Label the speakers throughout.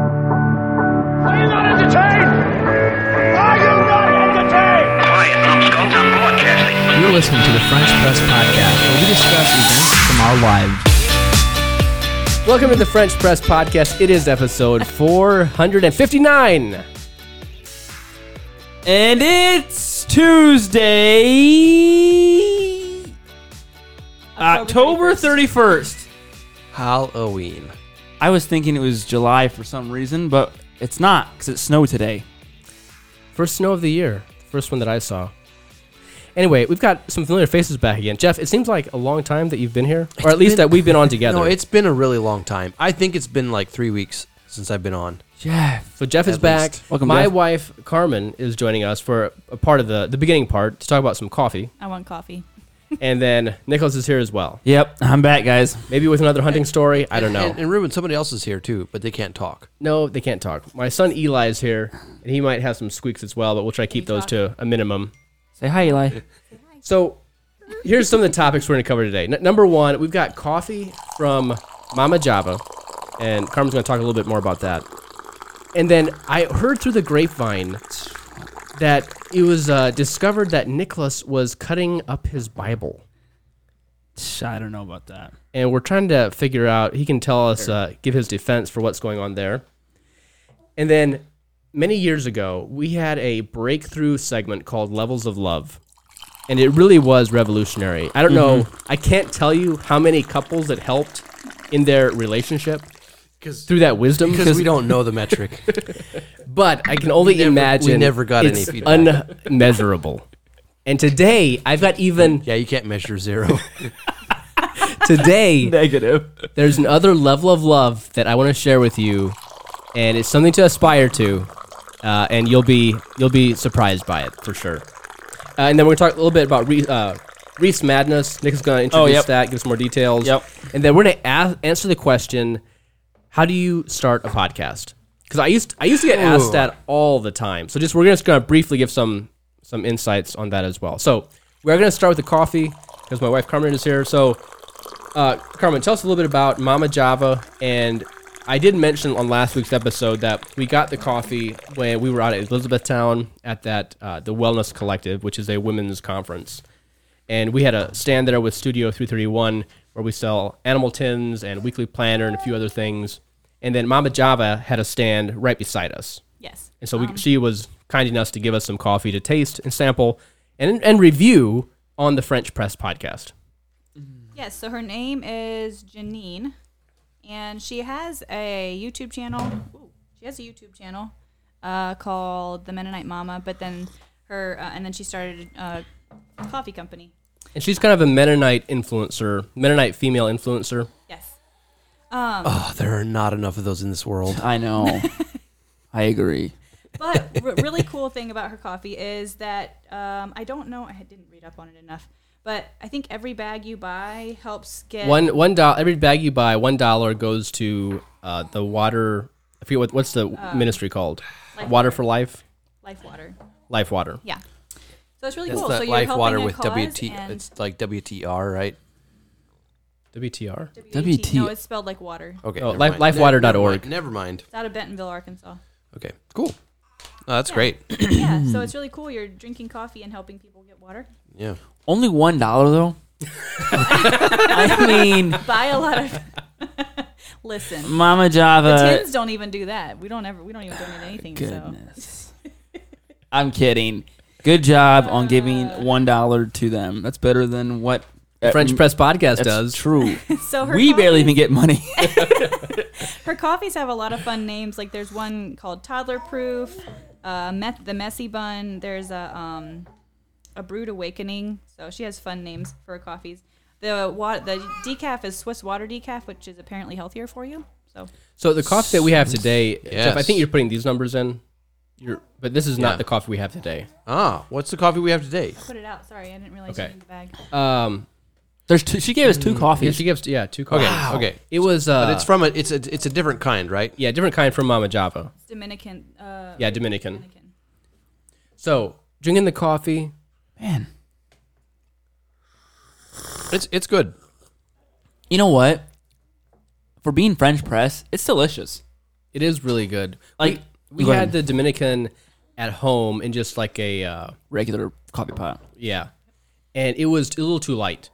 Speaker 1: Are you not entertained? Are you not entertained?
Speaker 2: Hi, I'm Scott. I'm broadcasting.
Speaker 3: You're listening to the French Press Podcast, where we discuss events from our lives. Welcome to the French Press Podcast. It is episode 459. And it's Tuesday,
Speaker 4: October 31st.
Speaker 3: Halloween.
Speaker 4: I was thinking it was July for some reason, but it's not because it snowed today.
Speaker 3: First snow of the year. First one that I saw. Anyway, we've got some familiar faces back again. Jeff, it seems like a long time that you've been here, or at least that we've been on together.
Speaker 5: No, it's been a really long time. I think it's been like three weeks since I've been on.
Speaker 4: Jeff.
Speaker 3: So Jeff is
Speaker 5: At
Speaker 3: back.
Speaker 5: least.
Speaker 4: Welcome,
Speaker 3: My
Speaker 4: Jeff.
Speaker 3: wife Carmen is joining us for a part of the the beginning part to talk about some coffee,
Speaker 6: I want coffee.
Speaker 3: and then Nicholas is here as well.
Speaker 4: Yep, I'm back, guys.
Speaker 3: Maybe with another hunting story. I don't
Speaker 5: And,
Speaker 3: know.
Speaker 5: and Ruben, somebody else is here too, but they can't talk.
Speaker 3: No, they can't talk. My son Eli is here, and he might have some squeaks as well, but we'll try to keep
Speaker 6: Can you
Speaker 3: those to
Speaker 6: talk?
Speaker 3: a minimum.
Speaker 4: Say hi, Eli.
Speaker 3: So here's some of the topics we're going to cover today. N- number one, we've got coffee from Mama Java, and Carmen's going to talk a little bit more about that. And then I heard through the grapevine that it was uh, discovered that Nicholas was cutting up his Bible,
Speaker 4: Tch, I don't know about that.
Speaker 3: and we're trying to figure out. He can tell us, uh, give his defense for what's going on there. And then many years ago, we had a breakthrough segment called Levels of Love. And it really was revolutionary. I don't know,
Speaker 5: Mm-hmm.
Speaker 3: I can't tell you how many couples it helped in their relationship through that wisdom.
Speaker 5: Because we don't know the metric.
Speaker 3: but I can only imagine
Speaker 5: we never got any
Speaker 3: it's
Speaker 5: feedback.
Speaker 3: unmeasurable. And today, I've got even
Speaker 5: yeah, you can't measure zero.
Speaker 3: today
Speaker 4: Negative.
Speaker 3: there's another level of love that I want to share with you, and it's something to aspire to, uh, and you'll be you'll be surprised by it for sure. Uh, and then we're gonna talk a little bit about Re- uh, Reese Madness. Nick is gonna introduce
Speaker 4: Oh, yep.
Speaker 3: that, give us more details.
Speaker 4: Yep.
Speaker 3: And then we're gonna a- answer the question: How do you start a podcast? Because I used I used to get asked that all the time. So just we're just gonna briefly give some some insights on that as well. So we're gonna start with the coffee because my wife Carmen is here. So uh, Carmen, tell us a little bit about Mama Java. And I did mention on last week's episode that we got the coffee when we were out at Elizabethtown at that uh, the Wellness Collective, which is a women's conference. And we had a stand there with Studio 331 where we sell animal tins and weekly planner and a few other things. And then Mama Java had a stand right beside us.
Speaker 6: Yes.
Speaker 3: And so we, she was kind enough to give us some coffee to taste and sample and, and review on the French Press podcast.
Speaker 6: Yes. So her name is Janine, and she has a YouTube channel. Ooh, she has a YouTube channel uh, called The Mennonite Mama. But then her, uh, and then she started a coffee company.
Speaker 3: And she's kind of a Mennonite influencer, Mennonite female influencer.
Speaker 6: Yes.
Speaker 5: oh, there are not enough of those in this world.
Speaker 4: I know. I agree.
Speaker 6: But r- really cool thing about her coffee is that um, I don't know. I didn't read up on it enough. But I think every bag you buy helps get
Speaker 3: One one dollar every bag you buy, one dollar goes to uh, the water. I forget what, what's the ministry called.
Speaker 6: Life
Speaker 3: water for life,
Speaker 6: life water.
Speaker 3: life water.
Speaker 6: Yeah. So it's really
Speaker 5: That's
Speaker 6: cool.
Speaker 5: that
Speaker 6: so you're
Speaker 5: life
Speaker 6: helping
Speaker 5: water
Speaker 6: a
Speaker 5: with
Speaker 6: cause
Speaker 5: WT.
Speaker 6: and-
Speaker 5: It's like WTR, right?
Speaker 3: WTR.
Speaker 6: WT. No,
Speaker 4: WT.
Speaker 6: it's spelled like water. It's
Speaker 5: Okay.
Speaker 3: Oh,
Speaker 5: never
Speaker 3: life-
Speaker 5: mind. Ne-
Speaker 3: lifewater dot
Speaker 5: never
Speaker 3: org.
Speaker 5: mind, Never mind.
Speaker 6: out of Bentonville, Arkansas.
Speaker 5: Okay. Cool. Oh, that's great.
Speaker 6: yeah, so it's really cool. You're drinking coffee and helping people get water.
Speaker 5: Yeah.
Speaker 4: Only one dollar though. I mean,
Speaker 6: Buy a lot of. Listen,
Speaker 4: Mama
Speaker 6: the
Speaker 4: Java.
Speaker 6: tins don't even do that. We don't ever. We don't even donate anything. So
Speaker 4: Goodness. I'm kidding. Good job on giving one dollar to them. That's better than what uh, mm,
Speaker 3: The
Speaker 5: mm,
Speaker 3: French Press podcast
Speaker 4: that's
Speaker 3: does.
Speaker 4: True.
Speaker 6: so her
Speaker 4: we barely
Speaker 6: coffees-
Speaker 4: even get money.
Speaker 6: her coffees have a lot of fun names. Like there's one called Toddler Proof, uh, meth, the Messy Bun. There's a um, a Brewed Awakening. So she has fun names for her coffees. The wa- the decaf is Swiss water decaf, which is apparently healthier for you. So
Speaker 3: So the coffee that we have today, Jeff, I
Speaker 5: Yes.
Speaker 3: think you're putting these numbers in. You're, but this is not
Speaker 5: Yeah.
Speaker 3: the coffee we have today.
Speaker 5: Ah, what's the coffee we have today?
Speaker 6: put it out. Sorry, I didn't realize
Speaker 3: Okay.
Speaker 6: you needed the bag.
Speaker 3: Um,
Speaker 4: There's two, she gave us two
Speaker 3: Mm. yeah,
Speaker 4: coffees.
Speaker 3: she gives yeah two
Speaker 5: Okay.
Speaker 3: coffees.
Speaker 5: Okay.
Speaker 3: It was uh,
Speaker 5: But it's from a. It's a. It's a different kind, right?
Speaker 3: yeah different kind from Mama Java.
Speaker 6: It's Dominican. Uh,
Speaker 3: Yeah, Dominican.
Speaker 6: Dominican.
Speaker 3: So drinking the coffee,
Speaker 4: Man,
Speaker 5: It's. It's good.
Speaker 4: You know what? For being French press, it's delicious.
Speaker 3: It is really good.
Speaker 4: Like-
Speaker 3: we,
Speaker 4: Go
Speaker 3: we had
Speaker 4: ahead.
Speaker 3: the Dominican at home in just like a uh,
Speaker 4: Regular coffee pot.
Speaker 3: yeah, and it was a little too light.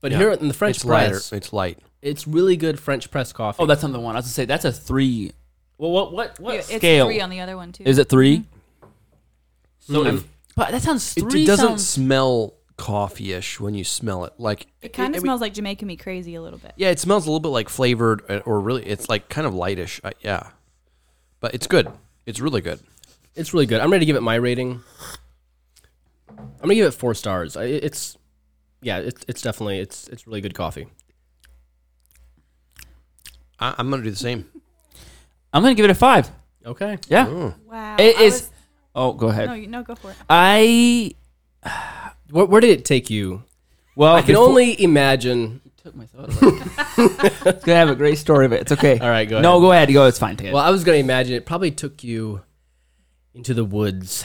Speaker 3: But here in the French
Speaker 5: It's lighter.
Speaker 3: press,
Speaker 5: It's light.
Speaker 3: it's really good French press coffee.
Speaker 4: Oh, that's not the one. I was gonna say that's a three. Well, what what what
Speaker 6: You- It's
Speaker 4: scale
Speaker 6: three on the other one too.
Speaker 4: is it? 3 So, if, but that sounds
Speaker 5: It,
Speaker 4: three.
Speaker 5: it doesn't
Speaker 4: sounds-
Speaker 5: smell coffee-ish when you smell it. Like
Speaker 6: it kind
Speaker 5: I
Speaker 6: of
Speaker 5: mean,
Speaker 6: smells like Jamaican me crazy a little bit.
Speaker 5: Yeah, it smells a little bit like flavored, uh, or really, it's like kind of lightish. Uh, yeah, but it's good. It's really good.
Speaker 3: It's really good. I'm ready to give it my rating. I'm gonna give it four stars. I- It's yeah, it's it's definitely it's it's really good coffee.
Speaker 5: I, I'm gonna do the same.
Speaker 4: I'm gonna give it a five.
Speaker 3: Okay.
Speaker 4: Yeah,
Speaker 6: Wow.
Speaker 4: it
Speaker 6: I
Speaker 4: is.
Speaker 6: was-
Speaker 4: oh, go ahead.
Speaker 6: no, you, no, go for it.
Speaker 4: I
Speaker 3: Where, where did it take you?
Speaker 4: well,
Speaker 3: I can only imagine.
Speaker 4: took my thought. away. it's gonna have a great story of it. It's okay.
Speaker 3: All right, go
Speaker 4: No,
Speaker 3: ahead.
Speaker 4: go ahead. Go. It's fine. Take it.
Speaker 3: Well, I was gonna imagine it probably took you into the woods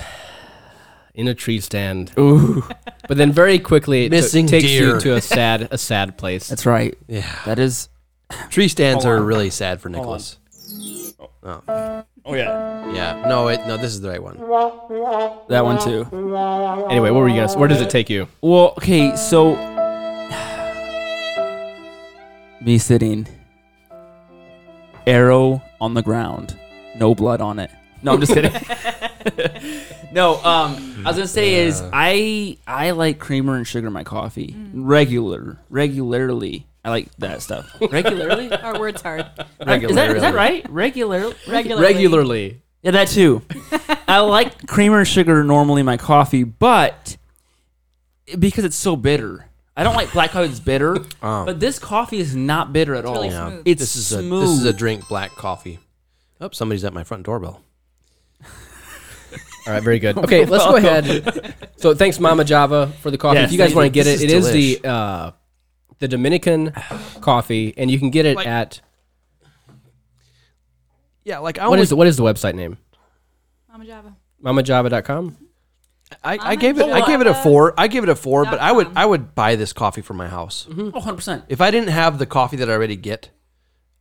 Speaker 3: in a tree stand. Ooh. But then very quickly it took-
Speaker 5: Missing
Speaker 3: takes you
Speaker 5: deer.
Speaker 3: to a sad a sad place.
Speaker 4: That's right.
Speaker 5: Yeah,
Speaker 4: That is.
Speaker 5: tree stands are really sad for Nicholas.
Speaker 4: Oh yeah.
Speaker 5: Yeah, no, wait, no, this is the right one.
Speaker 4: That one too.
Speaker 3: anyway, what were you gonna? s- Where does it take you?
Speaker 4: Well, okay. So me sitting, arrow on the ground, no blood on it. No, I'm just kidding. no, um, I was gonna say is I I like creamer and sugar in my coffee.
Speaker 6: Mm.
Speaker 4: Regular, regularly, I like that stuff. Regularly.
Speaker 6: Our word's hard.
Speaker 4: Is that, is that right? Regular,
Speaker 6: Regularly.
Speaker 3: Regularly.
Speaker 4: Yeah, that too. I like creamer and sugar normally in my coffee, but because it's so bitter, I don't like black coffee that's bitter. But this coffee is not bitter at all.
Speaker 6: really Yeah. smooth.
Speaker 4: It's
Speaker 5: This is
Speaker 4: smooth.
Speaker 5: a this is a drink black coffee. Oh, somebody's at my front doorbell.
Speaker 3: All right, very good. Okay, let's go ahead. So thanks, Mama Java, for the coffee.
Speaker 4: Yes,
Speaker 3: if you guys
Speaker 4: thank
Speaker 3: want to
Speaker 4: you.
Speaker 3: get
Speaker 5: This
Speaker 3: it, it
Speaker 5: is
Speaker 3: is the uh, the Dominican coffee, and you can get it at
Speaker 5: Yeah, like I
Speaker 3: what
Speaker 5: only,
Speaker 3: is the, what is the website name?
Speaker 6: Mama Java.
Speaker 3: MamaJava.com.
Speaker 5: I, I gave it I gave it a four. I gave it a four, but I would I would buy this coffee from my house.
Speaker 4: Oh, 100%.
Speaker 5: If I didn't have the coffee that I already get,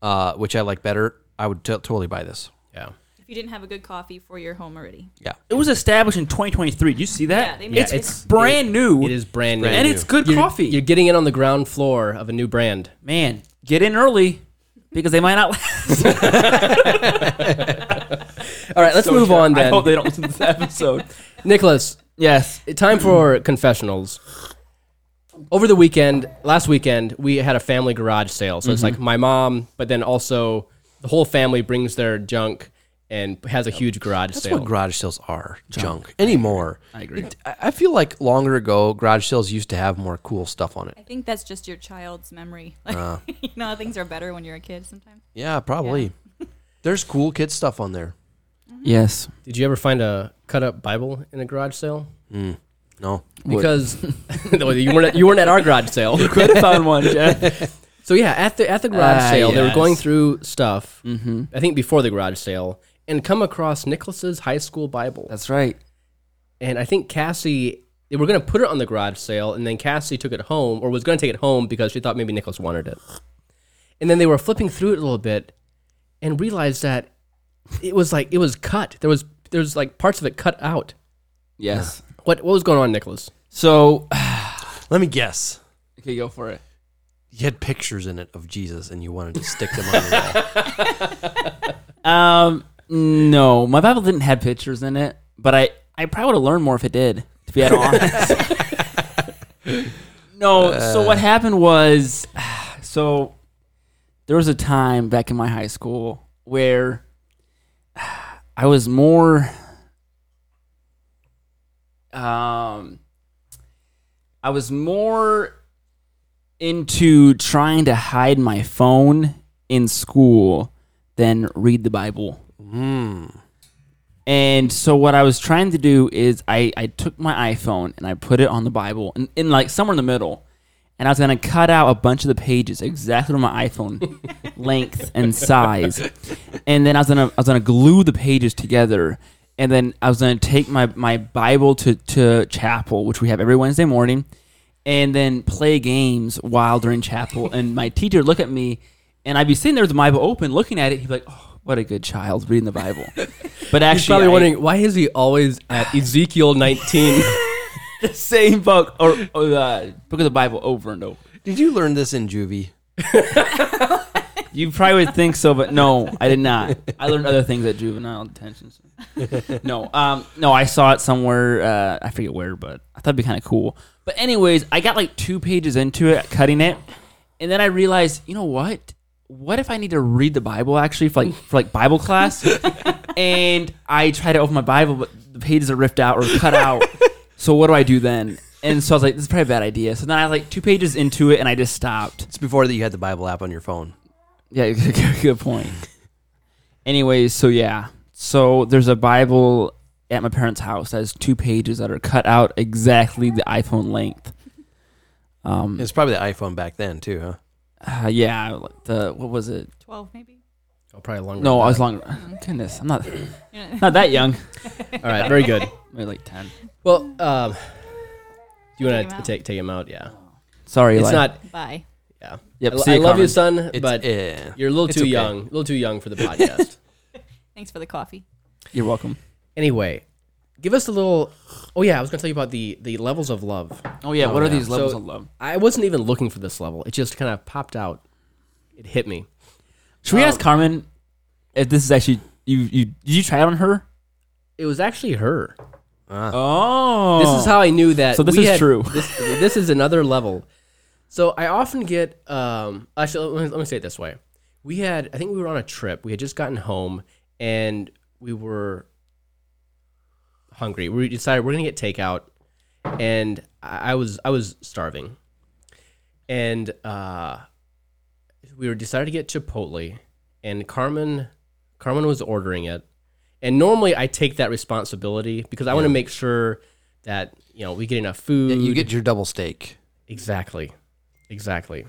Speaker 5: uh, which I like better, I would t- totally buy this.
Speaker 3: Yeah.
Speaker 6: If you didn't have a good coffee for your home already.
Speaker 5: Yeah.
Speaker 4: It was established in 2023. Did you see that?
Speaker 6: Yeah, they made
Speaker 4: it's,
Speaker 6: it.
Speaker 4: it's brand new.
Speaker 3: It is brand new,
Speaker 5: brand
Speaker 4: And it's good
Speaker 3: You're-
Speaker 4: coffee.
Speaker 3: You're getting in on the ground floor of a new brand.
Speaker 4: Man, get in early because they might not last.
Speaker 3: All right, let's move on
Speaker 4: I
Speaker 3: then.
Speaker 4: hope they don't listen to this episode.
Speaker 3: Nicholas,
Speaker 4: yes.
Speaker 3: time for confessionals. Over the weekend, last weekend, we had a family garage sale. So it's like my mom, but then also the whole family brings their junk and has a huge garage
Speaker 5: That's
Speaker 3: sale.
Speaker 5: what garage sales are junk, anymore. I agree. I feel like longer ago, garage sales used to have more cool stuff on it.
Speaker 6: I think that's just your child's memory. Like,
Speaker 4: Ah.
Speaker 6: you know, how things are better when you're a kid sometimes.
Speaker 5: Yeah, probably. There's cool kid stuff on there.
Speaker 4: Yes.
Speaker 3: Did you ever find a cut up Bible in a garage sale?
Speaker 5: No.
Speaker 3: Because No, you weren't at, you weren't at our garage sale.
Speaker 4: Could have found one, Jeff.
Speaker 3: So yeah, at the at the garage
Speaker 4: Ah,
Speaker 3: sale, they were going
Speaker 4: yes. Mm-hmm.
Speaker 3: through stuff. I think before the garage sale, and come across Nicholas's high school Bible.
Speaker 4: That's right.
Speaker 3: and I think Cassie they were gonna put it on the garage sale, and then Cassie took it home or was gonna take it home because she thought maybe Nicholas wanted it. And then they were flipping through it a little bit and realized that it was like it was cut. There was there's like parts of it cut out.
Speaker 4: Yes.
Speaker 3: What what was going on, Nicholas?
Speaker 4: So,
Speaker 5: Let me guess.
Speaker 4: okay, go for it.
Speaker 5: You had pictures in it of Jesus and you wanted to stick them on the wall.
Speaker 4: Um, no, my Bible didn't have pictures in it, but I I probably would have learned more if it did. To be honest. no. so what happened was, so there was a time back in my high school where I was more. Um, I was more into trying to hide my phone in school than read the Bible. And so what I was trying to do is I, I took my iPhone and I put it on the Bible and in like somewhere in the middle. And I was gonna cut out a bunch of the pages exactly to my iPhone length and size. And then I was gonna I was gonna glue the pages together. And then I was gonna take my, my Bible to, to chapel, which we have every Wednesday morning, and then play games while during chapel. and my teacher would look at me, and I'd be sitting there with the Bible open, looking at it. He'd be like, "Oh, what a good child reading the Bible." But actually,
Speaker 3: He's probably
Speaker 4: I-
Speaker 3: wondering why is he always at Ezekiel 19.
Speaker 4: same book or, or the book of the Bible over and over.
Speaker 5: Did you learn this in juvie?
Speaker 4: You probably would think so, but no, I did not. I learned other things at juvenile detention. center. No, um, no, I saw it somewhere. Uh, I forget where, but I thought it'd be kind of cool. But anyways, I got like two pages into it, cutting it, and then I realized, you know what? What if I need to read the Bible actually for like for like Bible class? and I try to open my Bible, but the pages are ripped out or cut out. so what do I do then? And so I was like, this is probably a bad idea. So then I like two pages into it, and I just stopped.
Speaker 5: It's before that you had the Bible app on your phone.
Speaker 4: Yeah, good- good point. Anyways, so yeah, so there's a Bible at my parents' house that has two pages that are cut out exactly the iPhone length.
Speaker 3: Mm.
Speaker 4: Um,
Speaker 5: It's probably the iPhone back then too, huh?
Speaker 4: uh, yeah, like the what was it?
Speaker 6: 12 maybe?
Speaker 3: oh, probably longer.
Speaker 4: No,
Speaker 3: than
Speaker 4: I was
Speaker 3: that.
Speaker 4: long. oh, Goodness, I'm not
Speaker 6: You know,
Speaker 4: not that young.
Speaker 3: All right, very good.
Speaker 4: Maybe like ten.
Speaker 3: Well, um, do you
Speaker 6: Take
Speaker 3: want
Speaker 6: him
Speaker 3: to
Speaker 6: out.
Speaker 3: take take him out? Yeah,
Speaker 4: Sorry,
Speaker 3: it's
Speaker 4: like,
Speaker 3: not.
Speaker 6: Bye.
Speaker 3: Yeah,
Speaker 4: Yep,
Speaker 3: I, lo-
Speaker 4: see
Speaker 3: I
Speaker 4: you,
Speaker 3: love you,
Speaker 4: Carmen.
Speaker 3: son,
Speaker 5: It's,
Speaker 3: but
Speaker 5: eh.
Speaker 3: you're a little
Speaker 5: it's
Speaker 3: too
Speaker 5: okay.
Speaker 3: young, a little too young for the podcast.
Speaker 6: Thanks for the coffee.
Speaker 4: You're welcome.
Speaker 3: anyway, give us a little. Oh yeah, I was gonna tell you about the the levels of love.
Speaker 4: Oh yeah, what are these
Speaker 3: So,
Speaker 4: levels of love?
Speaker 3: I wasn't even looking for this level. It just kind of popped out. It hit me.
Speaker 4: Should we ask Carmen if this is actually you? You did you try it on her?
Speaker 3: It was actually her.
Speaker 4: Oh,
Speaker 3: This is how I knew that.
Speaker 4: So this
Speaker 3: we
Speaker 4: is
Speaker 3: had-
Speaker 4: true.
Speaker 3: This, this is another level. So I often get. Um, actually, let me, let me say it this way. We had. I think we were on a trip. We had just gotten home, and we were hungry. We decided we're gonna get takeout, and I, I was I was starving, and uh, we were decided to get Chipotle, and Carmen Carmen was ordering it, and normally I take that responsibility because I want to make sure that you know we get enough food.
Speaker 5: You get your double steak.
Speaker 3: exactly, exactly.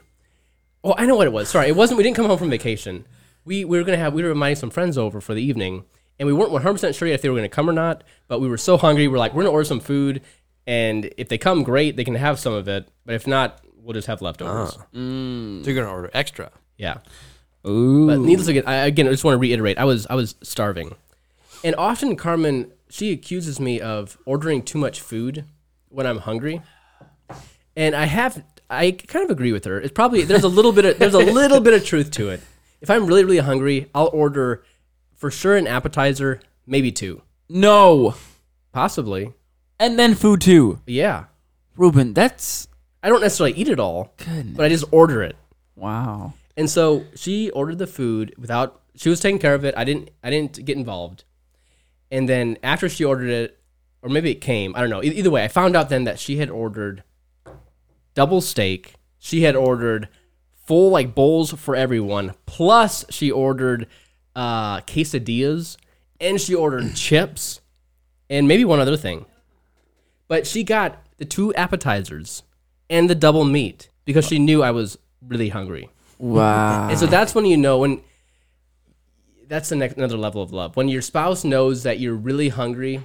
Speaker 3: Oh, I know what it was. Sorry, it wasn't. We didn't come home from vacation. We we were gonna have we were inviting some friends over for the evening, and we weren't one hundred percent sure yet if they were gonna come or not. But we were so hungry, we're like, we're gonna order some food, and if they come, great, they can have some of it. But if not, we'll just have leftovers.
Speaker 5: Uh-huh. So you're gonna order extra.
Speaker 3: Yeah.
Speaker 4: Ooh.
Speaker 3: But needless again, I, again, I just want to reiterate, I was I was starving, and often Carmen she accuses me of ordering too much food when I'm hungry, and I have I kind of agree with her. It's probably there's a little bit of there's a little bit of truth to it. If I'm really really hungry, I'll order for sure an appetizer, maybe two,
Speaker 4: no,
Speaker 3: possibly.
Speaker 4: and then food too,
Speaker 3: Yeah,
Speaker 4: Ruben. That's
Speaker 3: I don't necessarily eat it all,
Speaker 4: Goodness.
Speaker 3: but I just order it.
Speaker 4: wow.
Speaker 3: And so she ordered the food without she was taking care of it. I didn't I didn't get involved. And then after she ordered it, or maybe it came, I don't know. E- Either way, I found out then that she had ordered double steak. She had ordered full like bowls for everyone. Plus she ordered uh quesadillas and she ordered chips and maybe one other thing. But she got the two appetizers and the double meat because she knew I was really hungry.
Speaker 4: Wow.
Speaker 3: And so that's when you know when that's the next another level of love. When your spouse knows that you're really hungry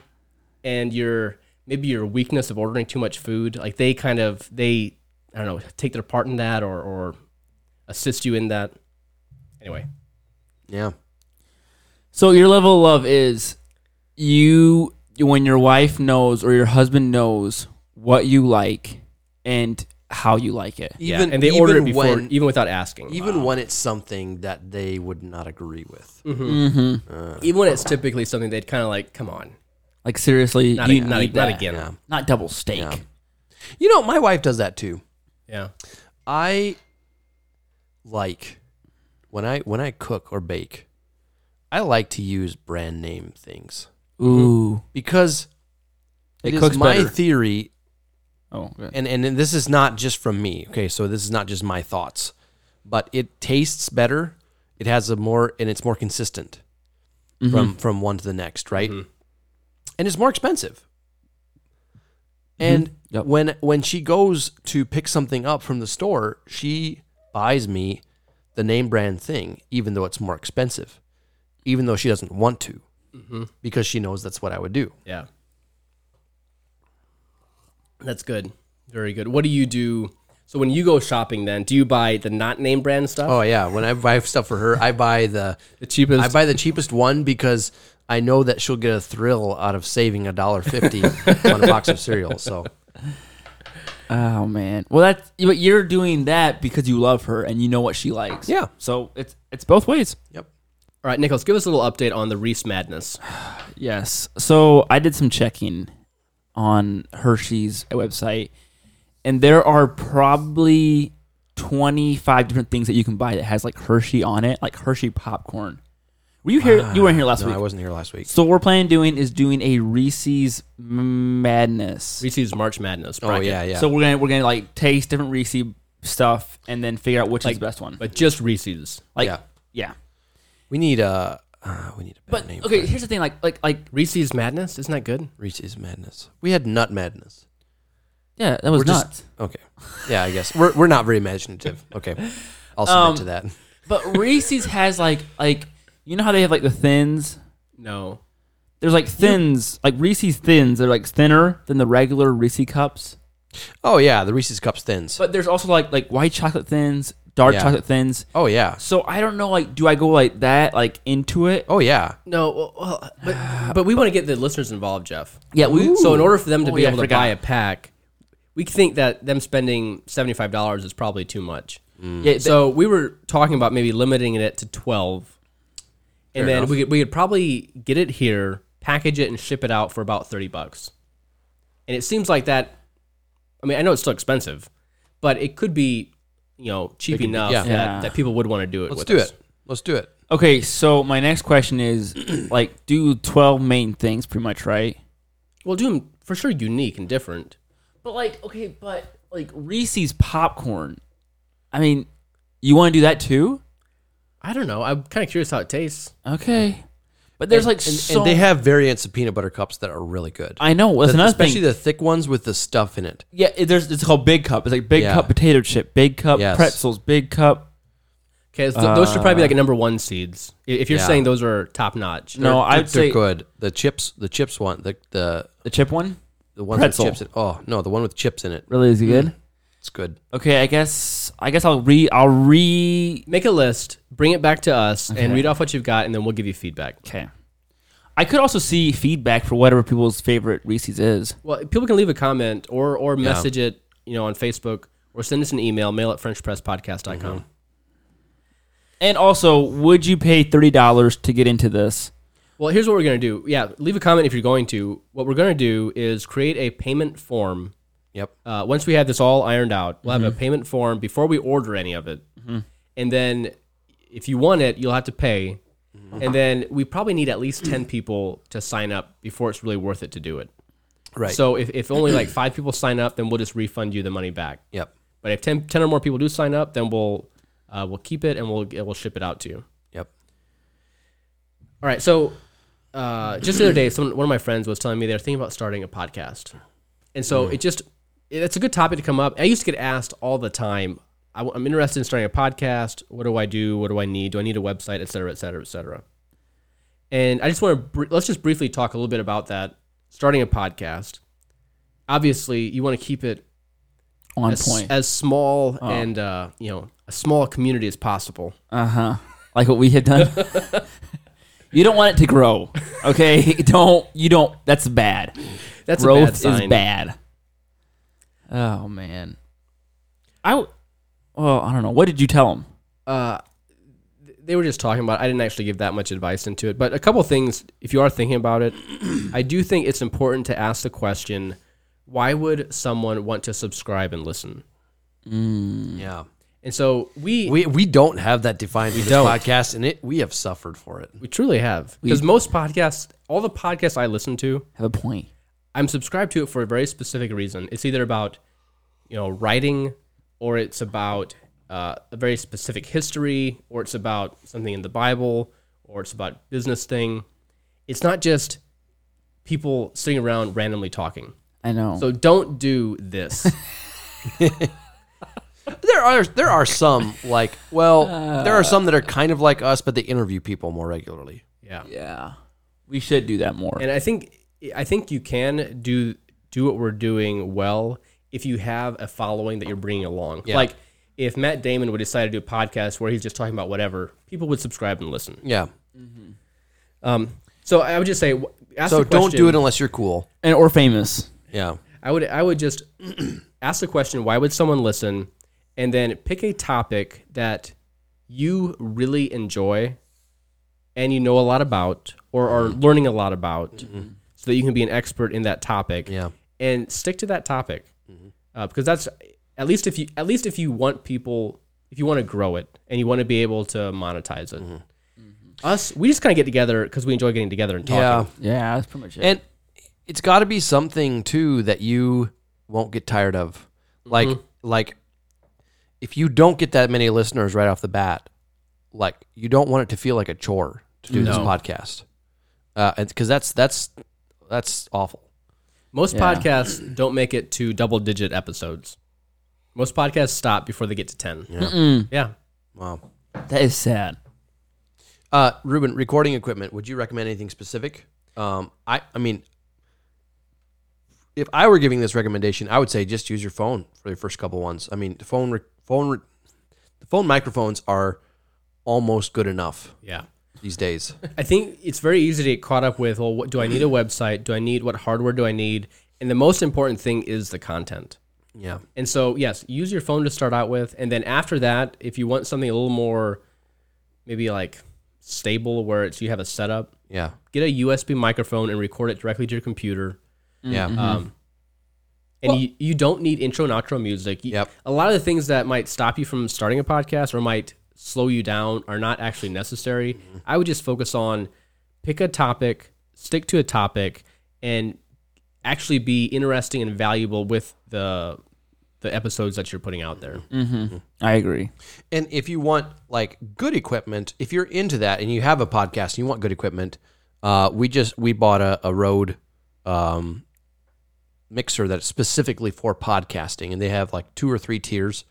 Speaker 3: and your maybe your weakness of ordering too much food, like they kind of they I don't know, take their part in that or or assist you in that. Anyway.
Speaker 5: Yeah.
Speaker 4: So your level of love is you when your wife knows or your husband knows what you like and how you like it.
Speaker 3: yeah. And they order it before even without asking. Even,
Speaker 5: even when it's something that they would not agree with.
Speaker 3: even when it's typically something they'd kinda like, come on.
Speaker 4: Like seriously,
Speaker 3: Not,
Speaker 4: you
Speaker 3: ag- not,
Speaker 4: need
Speaker 3: ag- not
Speaker 4: that.
Speaker 3: again.
Speaker 5: Yeah.
Speaker 4: Not double steak.
Speaker 5: You know, my wife does that too.
Speaker 3: yeah.
Speaker 5: I like when I when I cook or bake, I like to use brand name things
Speaker 4: Ooh.
Speaker 5: because
Speaker 4: It
Speaker 5: it is
Speaker 4: cooks
Speaker 5: my
Speaker 4: better.
Speaker 5: theory
Speaker 3: Mm-hmm.
Speaker 4: Oh. good.
Speaker 5: and and this is not just from me. Okay, so this is not just my thoughts, but it tastes better. It has a more and it's more consistent from from one to the next, right? And it's more expensive. And
Speaker 4: Yep.
Speaker 5: when when she goes to pick something up from the store, she buys me the name brand thing, even though it's more expensive, even though she doesn't want to, because she knows that's what I would do.
Speaker 3: Yeah. That's good. Very good. What do you do? So when you go shopping, then do you buy the not name brand stuff?
Speaker 5: Oh yeah, when I buy stuff for her, I buy the
Speaker 3: the cheapest.
Speaker 5: I buy the cheapest one because I know that she'll get a thrill out of saving a dollar fifty on a box of cereal. So
Speaker 4: Oh man. Well, that's but you're doing that because you love her and you know what she likes.
Speaker 5: Yeah.
Speaker 4: So it's it's both ways.
Speaker 5: yep,
Speaker 3: All right, Nicholas, give us a little update on the Reese Madness.
Speaker 4: Yes. So I did some checking on Hershey's website, and there are probably 25 different things that you can buy that has like Hershey on it, like Hershey popcorn. Were you here? You weren't here last
Speaker 5: Ah, no,
Speaker 4: week.
Speaker 5: I wasn't here last week.
Speaker 4: So what we're planning doing is doing a Reese's Madness.
Speaker 3: Reese's March Madness.
Speaker 5: Oh
Speaker 3: bracket.
Speaker 5: yeah, yeah.
Speaker 4: So
Speaker 5: So
Speaker 4: we're gonna we're gonna like taste different Reese stuff and then figure out which is the best one.
Speaker 3: but just Reese's.
Speaker 4: Like
Speaker 5: yeah.
Speaker 4: yeah.
Speaker 5: we need a uh, we need a better
Speaker 4: But
Speaker 5: name.
Speaker 4: okay,
Speaker 5: for it.
Speaker 4: here's the thing. Like like like
Speaker 3: Reese's Madness isn't that good?
Speaker 5: Reese's Madness. We had Nut Madness.
Speaker 4: yeah, that was
Speaker 5: We're
Speaker 4: nuts.
Speaker 5: just okay. Yeah, I guess we're we're not very imaginative. Okay, I'll submit
Speaker 4: Um,
Speaker 5: to that.
Speaker 4: But Reese's has like like you know how they have like the thins.
Speaker 3: No.
Speaker 4: There's like thins, like Reese's thins. They're like thinner than the regular Reese cups.
Speaker 5: Oh yeah, the Reese's cups thins.
Speaker 4: But there's also like like white chocolate thins, dark
Speaker 5: Yeah.
Speaker 4: chocolate thins.
Speaker 5: oh yeah,
Speaker 4: So I don't know. Like, do I go like that, like into it?
Speaker 5: oh yeah.
Speaker 3: No, well, well, but, but we want to get the listeners involved, Jeff.
Speaker 4: Yeah, we-
Speaker 3: so in order for them to
Speaker 4: Oh,
Speaker 3: be
Speaker 4: yeah, I
Speaker 3: able to
Speaker 4: forgot.
Speaker 3: buy a pack, we think that them spending seventy five dollars is probably too much.
Speaker 4: Mm. Yeah. So
Speaker 3: So we were talking about maybe limiting it to twelve, and then we could, we could probably get it here, package it, and ship it out for about thirty bucks. And it seems like that. I mean, I know it's still expensive, but it could be, you know, cheap enough
Speaker 5: yeah.
Speaker 3: That,
Speaker 4: Yeah.
Speaker 3: that people would want to do it.
Speaker 5: Let's
Speaker 3: with
Speaker 5: do
Speaker 3: us.
Speaker 5: it. Let's do it.
Speaker 4: okay. So my next question is like, do twelve main things pretty much right?
Speaker 3: We'll do them for sure, unique and different.
Speaker 4: But like, okay, but like Reese's popcorn. I mean, you want to do that too?
Speaker 3: I don't know. I'm kind of curious how it tastes.
Speaker 4: Okay. But there's like
Speaker 5: And,
Speaker 4: so
Speaker 5: and they have variants of peanut butter cups that are really good.
Speaker 4: I know. That's
Speaker 5: The-
Speaker 4: another
Speaker 5: especially
Speaker 4: thing.
Speaker 5: the thick ones with the stuff in it.
Speaker 4: yeah, it, there's it's called Big Cup. It's like Big
Speaker 5: Yeah.
Speaker 4: Cup potato chip, Big Cup
Speaker 5: Yes.
Speaker 4: pretzels, Big Cup.
Speaker 3: Okay, so those should probably be like number one seeds. I- If you're
Speaker 5: Yeah.
Speaker 3: saying those are top notch,
Speaker 4: No,
Speaker 5: They're-
Speaker 4: I'd
Speaker 5: they're
Speaker 4: say
Speaker 5: good. The chips, the chips one, the the
Speaker 4: the chip one.
Speaker 5: the one with
Speaker 4: Pretzel.
Speaker 5: chips. In, oh no, the one with chips in it. Mm,
Speaker 4: Really, is it good?
Speaker 5: It's good.
Speaker 4: Okay, I guess I guess I'll re I'll re.
Speaker 3: make a list, bring it back to us, and read off what you've got, and then we'll give you feedback.
Speaker 4: Okay. I could also see feedback for whatever people's favorite Reese's is.
Speaker 3: Well, people can leave a comment or or message it, you know, on Facebook or send us an email, mail at frenchpresspodcast.com.
Speaker 4: And also, would you pay thirty dollars to get into this?
Speaker 3: Well, here's what we're going to do. Yeah, leave a comment if you're going to. What we're going to do is create a payment form
Speaker 5: Yep.
Speaker 3: uh, once we have this all ironed out, we'll have a payment form before we order any of it. And then if you want it, you'll have to pay. And then we probably need at least 10 people to sign up before it's really worth it to do it.
Speaker 5: Right.
Speaker 3: So if, if only like five people sign up, then we'll just refund you the money back.
Speaker 5: Yep.
Speaker 3: But if 10, 10 or more people do sign up, then we'll uh, we'll keep it and we'll we'll ship it out to you.
Speaker 5: Yep.
Speaker 3: All right. So, uh, just the other day, someone, one of my friends was telling me they're thinking about starting a podcast, and so
Speaker 4: Mm.
Speaker 3: it just it- it's a good topic to come up. I used to get asked all the time. I, am interested in starting a podcast. What do I do? What do I need? Do I need a website, et cetera, et cetera, et cetera? And I just want to br- let's just briefly talk a little bit about that. Starting a podcast, obviously, you want to keep it
Speaker 4: On
Speaker 3: as,
Speaker 4: point. Oh.
Speaker 3: as small and uh, you know a small community as possible.
Speaker 4: Uh huh. Like what we had done. you don't want it to grow, okay? don't you don't. That's bad.
Speaker 3: That's a
Speaker 4: Growth
Speaker 3: bad sign.
Speaker 4: is bad. Oh man. I. W- well, I don't know. What did you tell him?
Speaker 3: they were just talking about. it. I didn't actually give that much advice into it, but a couple things. If you are thinking about it, I do think it's important to ask the question: Why would someone want to subscribe and listen?
Speaker 5: Yeah.
Speaker 3: And so we we,
Speaker 5: We we don't have that defined for this
Speaker 3: don't.
Speaker 5: podcast, and it we have suffered for it.
Speaker 3: truly have because most podcasts, all the podcasts I listen to,
Speaker 4: Have a point.
Speaker 3: I'm subscribed to it for a very specific reason. It's either about you know writing, or it's about uh, a very specific history, or it's about something in the Bible, or it's about business thing. It's not just people sitting around randomly talking.
Speaker 4: I know.
Speaker 3: So don't do this.
Speaker 5: There are there are some like well
Speaker 4: Uh.
Speaker 5: there are some that are kind of like us, but they interview people more regularly.
Speaker 3: yeah.
Speaker 4: yeah, we should do that more.
Speaker 3: And I think I think you can do do what we're doing well if you have a following that you're bringing along.
Speaker 5: Yeah.
Speaker 3: Like if Matt Damon would decide to do a podcast where he's just talking about whatever, people would subscribe and listen.
Speaker 5: Yeah.
Speaker 3: So I would just say, wh- ask
Speaker 5: So
Speaker 3: the
Speaker 5: don't do
Speaker 3: question-
Speaker 5: it unless you're cool.
Speaker 4: and or famous.
Speaker 5: Yeah.
Speaker 3: I would I would just ask the question why would someone listen and then pick a topic that you really enjoy and you know a lot about or are
Speaker 5: Mm-hmm.
Speaker 3: learning a lot about so that you can be an expert in that topic
Speaker 5: Yeah. Mm-hmm.
Speaker 3: and stick to that topic uh, because that's at least if you at least if you want people if you want to grow it and you want to be able to monetize
Speaker 5: Mm-hmm.
Speaker 3: it us we just kind of get together because we enjoy getting together and talking
Speaker 5: Yeah.
Speaker 4: Yeah, that's pretty much it.
Speaker 5: And it's got to be something too that you won't get tired of. Like like if you don't get that many listeners right off the bat, like you don't want it to feel like a chore to do this podcast. Uh cuz that's that's that's awful.
Speaker 3: Most
Speaker 4: Yeah.
Speaker 3: podcasts don't make it to double digit episodes. Most podcasts stop before they get to 10. Yeah.
Speaker 5: Wow.
Speaker 4: that is sad.
Speaker 5: Uh Ruben, recording equipment, would you recommend anything specific? Um I I mean if I were giving this recommendation, I would say just use your phone for your first couple ones. I mean, the phone re- phone re- the phone microphones are almost good enough
Speaker 3: Yeah.
Speaker 5: these days.
Speaker 3: I think it's very easy to get caught up with well, what, do I need a website? Do I need what hardware do I need? And the most important thing is the content.
Speaker 5: yeah.
Speaker 3: And so, yes, use your phone to start out with. And then after that, if you want something a little more maybe like stable where it's you have a setup,
Speaker 5: Yeah.
Speaker 3: get a USB microphone and record it directly to your computer.
Speaker 5: Yeah.
Speaker 3: Um, and you, you don't need intro and outro music. You-
Speaker 5: Yep.
Speaker 3: A lot of the things that might stop you from starting a podcast or might slow you down are not actually necessary. I would just focus on pick a topic, stick to a topic, and actually be interesting and valuable with the the episodes that you're putting out there.
Speaker 4: I agree.
Speaker 5: and if you want like good equipment, if you're into that and you have a podcast and you want good equipment, uh, we just we bought a, a Rode um, mixer that's specifically for podcasting, and they have like two or three tiers,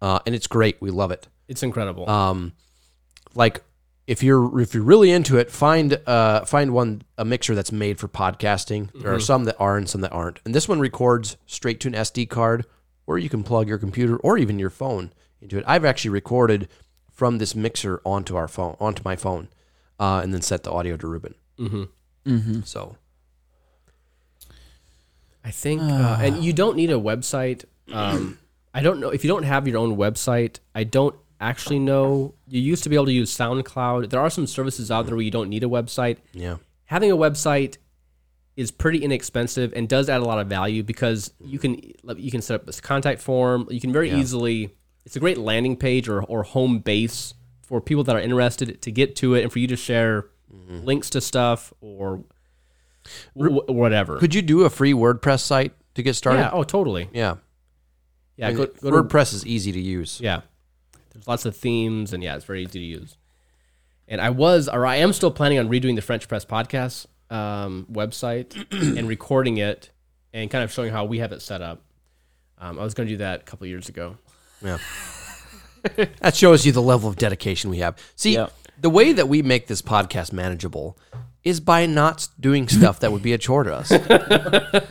Speaker 5: uh, and it's great. We love it.
Speaker 3: It's incredible.
Speaker 5: um, like if you're if you're really into it, find uh find one a mixer that's made for podcasting. There
Speaker 3: Mm-hmm.
Speaker 5: are some that are and some that aren't. And this one records straight to an SD card, or you can plug your computer or even your phone into it. I've actually recorded from this mixer onto our phone onto my phone, uh, and then set the audio to Ruben. Mm-hmm. Mm-hmm. So
Speaker 3: I think, uh, and you don't need a website. Um, I don't know if you don't have your own website. I don't actually know. You used to be able to use SoundCloud. There are some services out there where you don't need a website.
Speaker 5: yeah,
Speaker 3: Having a website is pretty inexpensive and does add a lot of value because you can you can set up this contact form. You can very easily. It's a great landing page or or home base for people that are interested to get to it and for you to share links to stuff or. W- whatever.
Speaker 5: could you do a free WordPress site to get started?
Speaker 3: yeah. Oh, totally.
Speaker 5: yeah.
Speaker 3: Yeah.
Speaker 5: And
Speaker 3: Go,
Speaker 5: it-
Speaker 3: go to
Speaker 5: WordPress is easy to use.
Speaker 3: Yeah. There's lots of themes and yeah, it's very easy to use. And I was or I am still planning on redoing the French Press podcast um, website and recording it and kind of showing how we have it set up. Um, I was going to do that a couple years ago.
Speaker 5: That shows you the level of dedication we have. See,
Speaker 4: Yeah.
Speaker 5: the way that we make this podcast manageable is by not doing stuff that would be a chore to us.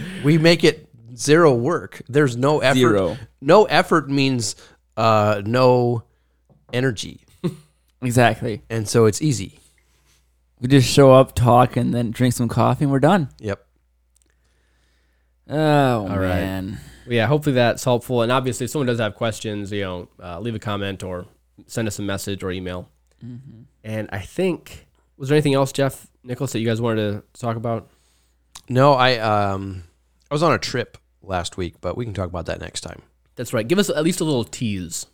Speaker 5: we make it zero work. There's no effort.
Speaker 4: Zero.
Speaker 5: No effort means uh, no energy,
Speaker 4: Exactly.
Speaker 5: and so it's easy.
Speaker 4: We just show up, talk, and then drink some coffee, and we're done.
Speaker 5: Yep.
Speaker 4: Oh
Speaker 3: right.
Speaker 4: man.
Speaker 3: But yeah, hopefully that's helpful. And obviously, if someone does have questions, you know, uh, leave a comment or send us a message or email.
Speaker 5: Mm-hmm.
Speaker 3: And I think was there anything else, Jeff Nichols, that you guys wanted to talk about?
Speaker 5: No, I um, I was on a trip last week, but we can talk about that next time.
Speaker 3: That's right. Give us at least a little tease.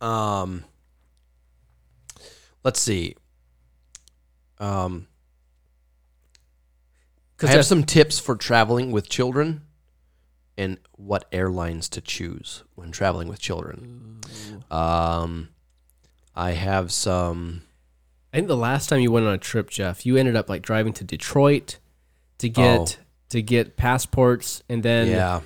Speaker 5: Um, let's see. Um, I have
Speaker 3: Because
Speaker 5: some tips for traveling with children and what airlines to choose when traveling with children. Um, I have some.
Speaker 3: I think the last time you went on a trip, Jeff, you ended up like driving to Detroit to get
Speaker 5: Oh.
Speaker 3: to get passports, and then
Speaker 5: Yeah.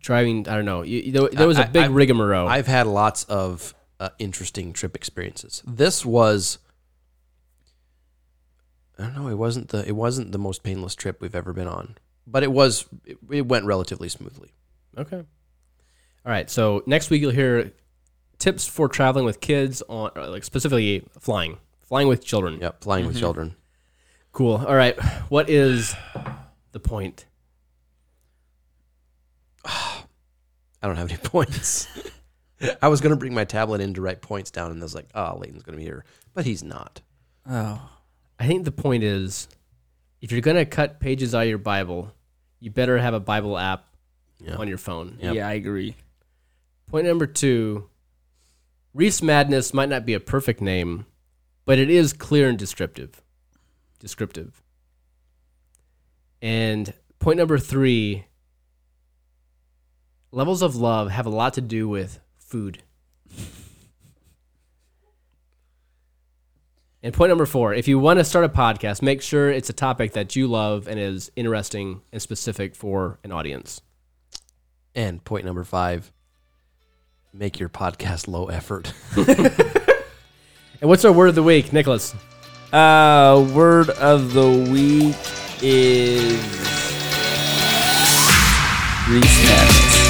Speaker 3: driving. I don't know. You, you- there, there was a
Speaker 5: I-
Speaker 3: big
Speaker 5: I-
Speaker 3: rigmarole.
Speaker 5: I've had lots of uh, interesting trip experiences. This was. I don't know. It wasn't the it wasn't the most painless trip we've ever been on, but it was it, it went relatively smoothly.
Speaker 3: Okay. All right. So next week you'll hear tips for traveling with kids on, or, like specifically flying, flying with children.
Speaker 5: Yep, flying with children.
Speaker 3: Cool. All right. What is the point?
Speaker 5: I don't have any points. I was gonna bring my tablet in to write points down, and I was like, "Oh, Layton's gonna be here," but he's not.
Speaker 4: Oh,
Speaker 3: I think the point is, if you're gonna cut pages out of your Bible, you better have a Bible app on your phone.
Speaker 4: yeah, I agree.
Speaker 3: Point number two Reese Madness might not be a perfect name, but it is clear and descriptive. Descriptive. And point number three levels of love have a lot to do with food. And point number four, if you want to start a podcast, make sure it's a topic that you love and is interesting and specific for an audience.
Speaker 5: And point number five: make your podcast low effort.
Speaker 3: And what's our word of the week, Nicholas?
Speaker 4: Uh, word of the week is Reese Madness.